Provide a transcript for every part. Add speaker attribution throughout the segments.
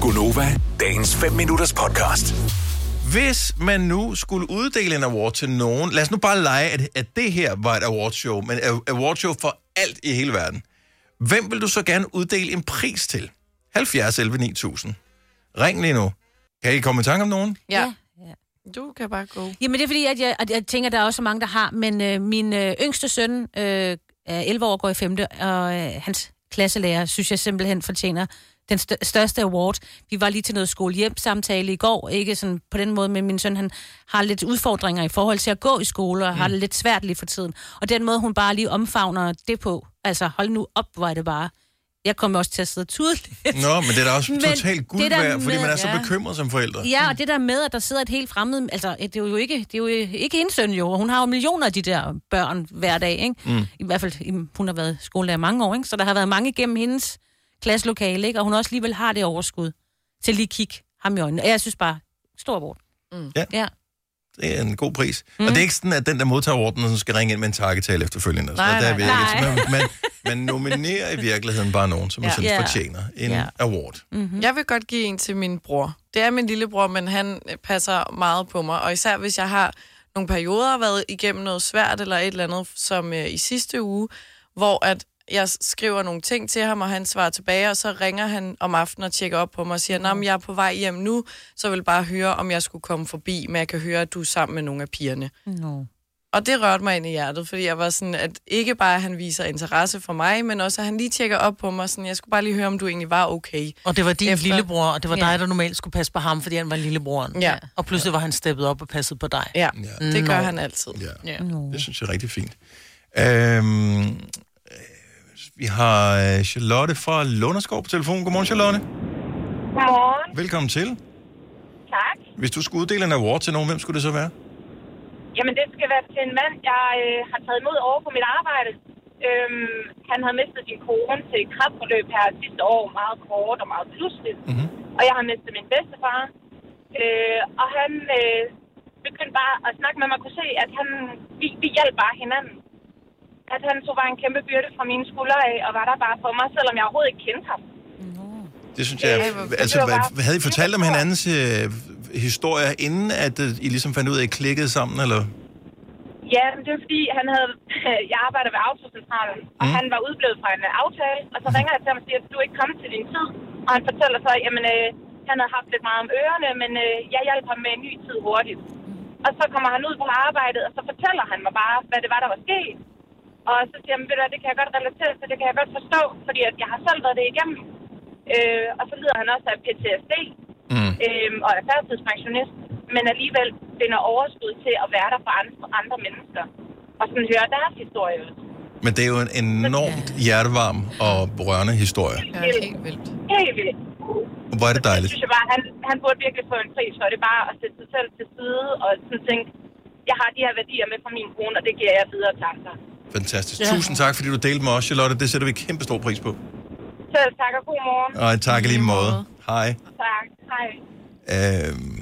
Speaker 1: Gunova, dagens 5 minutters podcast.
Speaker 2: Hvis man nu skulle uddele en award til nogen, lad os nu bare lege, at, at det her var et awardshow, men et awardshow for alt i hele verden. Hvem vil du så gerne uddele en pris til? 70 11 9000. Ring lige nu. Kan I komme i tanke om nogen?
Speaker 3: Ja.
Speaker 4: Du kan bare gå.
Speaker 3: Jamen, det er fordi, at jeg, at jeg tænker, at der er også så mange, der har. Men øh, min øh, yngste søn øh, er 11 år går i 5. Og øh, hans klasselærer, synes jeg simpelthen fortjener den stør- største award. Vi var lige til noget skolehjem-samtale i går. Ikke sådan på den måde, men min søn han har lidt udfordringer i forhold til at gå i skole, og mm. har det lidt svært lige for tiden. Og den måde, hun bare lige omfavner det på. Altså, hold nu op, hvor er det bare. Jeg kommer også til at sidde og tude lidt.
Speaker 2: Nå, men det er da også
Speaker 3: Men
Speaker 2: totalt
Speaker 3: det
Speaker 2: guld
Speaker 3: der
Speaker 2: værd, fordi
Speaker 3: med-
Speaker 2: man er så
Speaker 4: ja.
Speaker 2: bekymret som forældre.
Speaker 3: Ja, og det der med, at der sidder et helt fremmed... Altså, det er jo ikke, det er jo ikke hendes søn, jo. og Hun har jo millioner af de der børn hver dag, ikke? Mm. I hvert fald, i- hun har været skolelærer mange år, ikke? Så der har været mange gennem hendes klasselokale, ikke? Og hun også alligevel har det overskud til lige at kigge ham i øjnene. Og jeg synes bare, stor abort. Mm.
Speaker 2: Ja.
Speaker 3: ja.
Speaker 2: Det er en god pris. Mm. Og det er ikke sådan, at den, der modtager orden, sådan skal ringe ind med en takketale efterfølgende.
Speaker 4: Nej,
Speaker 2: så der er
Speaker 4: nej,
Speaker 2: vi
Speaker 3: nej.
Speaker 2: Ikke. Så man, man, man nominerer i virkeligheden bare nogen, som man
Speaker 4: Ja.
Speaker 2: synes
Speaker 3: Ja.
Speaker 2: fortjener en
Speaker 3: Ja.
Speaker 2: award.
Speaker 4: Mm. Jeg vil godt give en til min bror. Det er min lillebror, men han øh, passer meget på mig. Og især hvis jeg har nogle perioder været igennem noget svært eller et eller andet, som øh, i sidste uge, hvor at jeg skriver nogle ting til ham, og han svarer tilbage, og så ringer han om aftenen og tjekker op på mig og siger, at jeg er på vej hjem nu, så vil jeg bare høre, om jeg skulle komme forbi, men jeg kan høre, at du er sammen med nogle af pigerne.
Speaker 3: No.
Speaker 4: Og det rørte mig ind i hjertet, fordi jeg var sådan, at ikke bare at han viser interesse for mig, men også at han lige tjekker op på mig, sådan, jeg skulle bare lige høre, om du egentlig var okay.
Speaker 5: Og det var din
Speaker 4: Efter-
Speaker 5: Efter. lillebror, og det var
Speaker 3: Ja.
Speaker 5: dig, der normalt skulle passe på ham, fordi han var lillebroren.
Speaker 4: Ja.
Speaker 5: Og pludselig var han steppet op og passet på dig.
Speaker 4: Ja,
Speaker 2: Ja.
Speaker 4: det gør han altid. Mm.
Speaker 2: Ja.
Speaker 3: No.
Speaker 2: Det synes jeg er rigtig fint. Øhm, øh, vi har øh, Charlotte fra Lunderskov på telefonen. Godmorgen, Charlotte.
Speaker 6: Godmorgen.
Speaker 2: Velkommen til.
Speaker 6: Tak.
Speaker 2: Hvis du skulle uddele en award til nogen, hvem skulle det så være?
Speaker 6: Jamen, det skal være til en mand, jeg øh, har taget imod over på mit arbejde. Øhm, han havde mistet sin kone til et kræftforløb her sidste år, meget kort og meget pludseligt. Mm-hmm. Og jeg har mistet min bedstefar. Øh, og han øh, begyndte bare at snakke med mig og kunne se, at han, vi, vi hjalp bare hinanden. At han tog bare en kæmpe byrde fra mine skuldre af, og var der bare for mig, selvom jeg overhovedet ikke kendte ham.
Speaker 2: Det synes jeg...
Speaker 6: Øh, det
Speaker 2: altså,
Speaker 6: var
Speaker 2: hvad-
Speaker 6: bare-
Speaker 2: havde I fortalt om hinandens øh, historier, inden at øh, I ligesom fandt ud af, at I klikkede sammen, eller...
Speaker 6: Ja, men det var fordi, han havde, jeg arbejder ved autocentralen, og mm. han var udblevet fra en øh, aftale, og så ringer jeg til ham og siger, at du er ikke kommet til din tid. Og han fortæller så, jamen, øh, han havde haft lidt meget om ørerne, men øh, jeg hjalp ham med en ny tid hurtigt. Og så kommer han ud på arbejdet, og så fortæller han mig bare, hvad det var, der var sket. Og så siger han, ved du hvad, det kan jeg godt relatere til, det kan jeg godt forstå, fordi at jeg har selv været det igennem. Øh, og så lider han også af PTSD,
Speaker 2: Mm.
Speaker 6: øh, og er førtidspensionist, men alligevel finder overskud til at være der for andre, andre mennesker. Og sådan høre deres historie ud.
Speaker 2: Men det er jo en enormt hjertevarm og rørende historie.
Speaker 4: Ja, det er helt vildt.
Speaker 6: Helt vildt.
Speaker 2: Hvor er det
Speaker 6: Jeg
Speaker 2: dejligt.
Speaker 6: synes jeg bare, han, han burde virkelig få en pris for det. Bare at sætte sig selv til side og sådan tænke, jeg har de her værdier med fra min kone, og det giver jeg videre til andre.
Speaker 2: Fantastisk. Tusind tak, fordi du delte med os, Charlotte. Det sætter vi kæmpe stor pris på.
Speaker 6: Selv tak og god morgen.
Speaker 2: Og tak i lige måde. Hej.
Speaker 6: Tak. Hej.
Speaker 2: Øhm,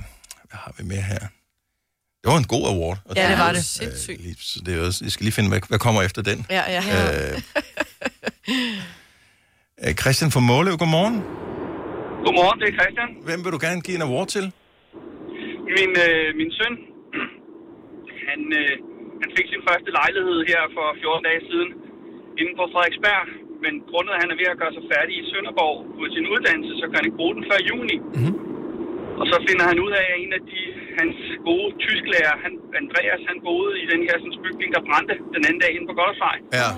Speaker 2: hvad har vi med her? Det var en god award. Og
Speaker 4: Ja, det var det.
Speaker 2: Øh,
Speaker 4: Sindssygt.
Speaker 2: lige, så det er også, jeg skal lige finde, hvad, hvad kommer efter den.
Speaker 4: Ja, ja.
Speaker 2: Øh, øh, Christian fra Måløv, godmorgen.
Speaker 7: Godmorgen, det er Christian.
Speaker 2: Hvem vil du gerne give en award til?
Speaker 7: Min, øh, min søn, han, øh, han fik sin første lejlighed her for 14 dage siden inde på Frederiksberg. Men grundet, at han er ved at gøre sig færdig i Sønderborg på sin uddannelse, så kan han ikke bruge den før juni.
Speaker 2: Mhm.
Speaker 7: Mm-hmm. Og så finder han ud af, at en af de, hans gode tysklærer, han, Andreas, han boede i den her sådan, bygning, der brændte den anden dag inde på Goddersvej.
Speaker 2: Ja.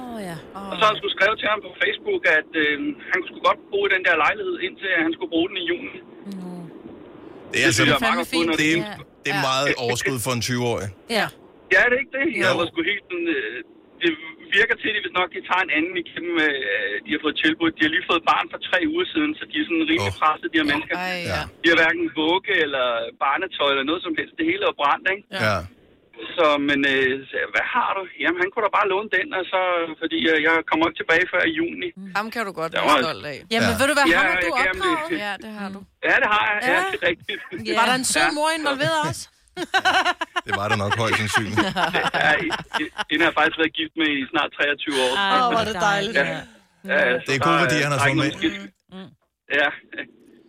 Speaker 7: Og så har han skulle skrive til ham på Facebook, at øh, han skulle godt bruge den der lejlighed, indtil han skulle bruge den i juni.
Speaker 2: Det er, altså,
Speaker 7: synes jeg
Speaker 4: fandme
Speaker 7: godt, når
Speaker 4: fint.
Speaker 2: det er, det er meget overskud for en 20-årig.
Speaker 3: Ja.
Speaker 7: Ja, det er ikke det. Jeg var sgu helt sådan, øh, det virker til, at de, hvis nok de tager en anden igennem, øh, de har fået tilbud. De har lige fået barn for tre uger siden, så de er sådan rimelig
Speaker 2: Åh.
Speaker 7: presset, de her mennesker.
Speaker 4: Ej, ja.
Speaker 7: De har hverken vugge eller barnetøj eller noget som helst. Det hele er brændt, ikke?
Speaker 2: Ja.
Speaker 7: Så, men øh, så, jeg, hvad har du? Jamen, han kunne da bare låne den, og så, fordi øh, jeg kommer ikke tilbage før i juni.
Speaker 2: Mm.
Speaker 4: Ham kan du godt
Speaker 7: Der
Speaker 4: være
Speaker 7: var-
Speaker 4: stolt af.
Speaker 5: Jamen,
Speaker 2: Ja.
Speaker 5: ja. ved du hvad,
Speaker 7: Ja,
Speaker 5: ja, ham er
Speaker 7: jeg
Speaker 5: du
Speaker 7: gerne vil-
Speaker 5: opdraget?
Speaker 4: Ja, det har du.
Speaker 7: Ja, det har jeg. Ja,
Speaker 5: Ja.
Speaker 7: det er rigtigt.
Speaker 5: Ja. Var der en sød mor involveret også?
Speaker 2: Det var der nok højst sandsynligt.
Speaker 7: Ja, den har faktisk været gift med i snart 23 år.
Speaker 3: Ej,
Speaker 5: Åh, hvor er det dejligt.
Speaker 7: Ja.
Speaker 5: Ja.
Speaker 7: Ja, så
Speaker 2: Det er
Speaker 7: der
Speaker 2: gode værdier, han har
Speaker 7: der er
Speaker 2: fået Mm.
Speaker 7: ikke nogen skidt. Ja.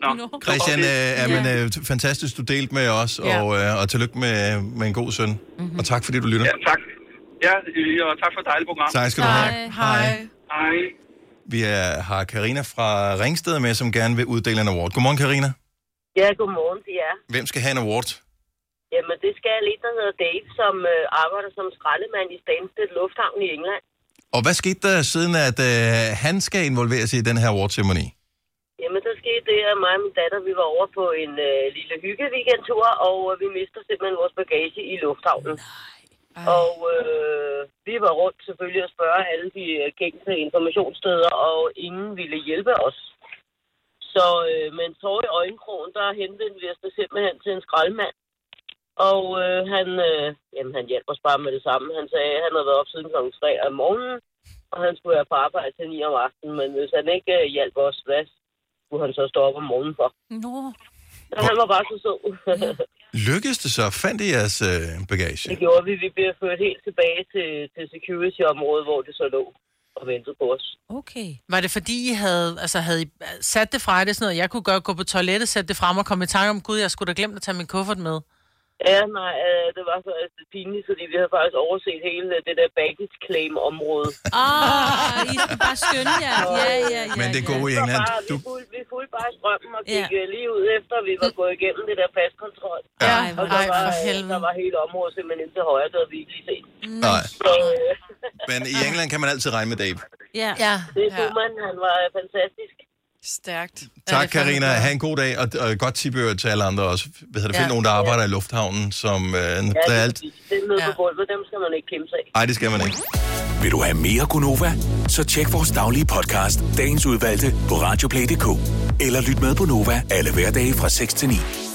Speaker 7: Nå.
Speaker 2: Christian, øh, er men, øh, t- fantastisk, du delte med os,
Speaker 4: Ja.
Speaker 2: og, øh, og tillykke med, med en god søn. Mm-hmm. Og tak, fordi du lytter.
Speaker 7: Ja, tak. Ja, øh, og tak for et dejligt program.
Speaker 2: Tak skal du have.
Speaker 4: Hej.
Speaker 7: Hej.
Speaker 2: Vi er, har Karina fra Ringsted med, som gerne vil uddele en award. Godmorgen, Karina.
Speaker 8: Ja, godmorgen til jer.
Speaker 2: Hvem skal have en award?
Speaker 8: Jamen, det skal jeg lidt, der hedder Dave, som øh, arbejder som skraldemand i Stansted Lufthavn i England.
Speaker 2: Og hvad skete der siden, at øh, han skal involveres i den her award-ceremoni?
Speaker 8: Jamen, der skete det, at mig og min datter, vi var over på en øh, lille hyggeweekendtur, og øh, vi mister simpelthen vores bagage i lufthavnen. Og øh, vi var rundt selvfølgelig og spørge alle de øh, gængse informationssteder, og ingen ville hjælpe os. Så øh, med en tår i øjenkrogen, der henvendte vi os da simpelthen til en skraldemand. Og øh, han, øh, jamen, han hjalp os bare med det samme. Han sagde, at han havde været op siden kl. 3 om morgenen, og han skulle være på arbejde til 9 om aftenen. Men hvis han ikke øh, hjalp os, hvad skulle han så stå op om morgenen for?
Speaker 3: Nå.
Speaker 8: Så han var bare så sød.
Speaker 2: Lykkedes det så? Fandt I jeres øh, bagage?
Speaker 8: det gjorde vi. Vi blev ført helt tilbage til, til security-området, hvor det så lå og ventede på os.
Speaker 3: Okay.
Speaker 5: Var det fordi, I havde, altså, havde I sat det fra? Er det sådan noget, jeg kunne godt gå på toilettet, sætte det frem og komme i tanke om, gud, jeg skulle da glemt at tage min kuffert med.
Speaker 8: Ja, nej, øh, det var så altså, pinligt, fordi vi havde faktisk overset hele det der baggage claim-område.
Speaker 3: Ah, I skal bare skynde jer. Ja, ja, ja.
Speaker 2: Men det
Speaker 3: ja.
Speaker 2: gode i
Speaker 8: Så
Speaker 2: England,
Speaker 8: bare, vi,
Speaker 2: du,
Speaker 8: fulgte, vi fulgte bare strømmen og gik
Speaker 3: Ja.
Speaker 8: ja. lige ud efter, vi var gået igennem det der paskontrol.
Speaker 3: Ja,
Speaker 8: Og
Speaker 3: ej,
Speaker 8: der
Speaker 5: Ej,
Speaker 8: var,
Speaker 5: for
Speaker 8: øh,
Speaker 5: helvede.
Speaker 8: der var hele området simpelthen ind til højre, det havde vi ikke lige set.
Speaker 2: nej.
Speaker 8: Så øh,
Speaker 2: Men i England kan man altid regne med Dave.
Speaker 3: ja.
Speaker 5: Ja.
Speaker 8: det
Speaker 4: Ja.
Speaker 8: ja. man, han var øh, fantastisk.
Speaker 4: Stærkt.
Speaker 2: Tak,
Speaker 5: det er fandme
Speaker 2: Karina.
Speaker 5: godt.
Speaker 2: Ha' en god dag, og, og godt tibøger til alle andre også. Hvad hedder det, find
Speaker 5: Ja.
Speaker 2: nogen, der arbejder i lufthavnen, som... Øh, ja,
Speaker 8: Ja,
Speaker 2: der er alt...
Speaker 8: det, det er nede
Speaker 5: Ja.
Speaker 8: på gulvet, dem skal man ikke kæmpe sig af.
Speaker 2: Ej, det skal man ikke.
Speaker 1: Vil du have mere Gunova? Så tjek vores daglige podcast, dagens udvalgte, på radioplay.dk. Eller lyt med på Nova alle hverdage fra 6 til 9.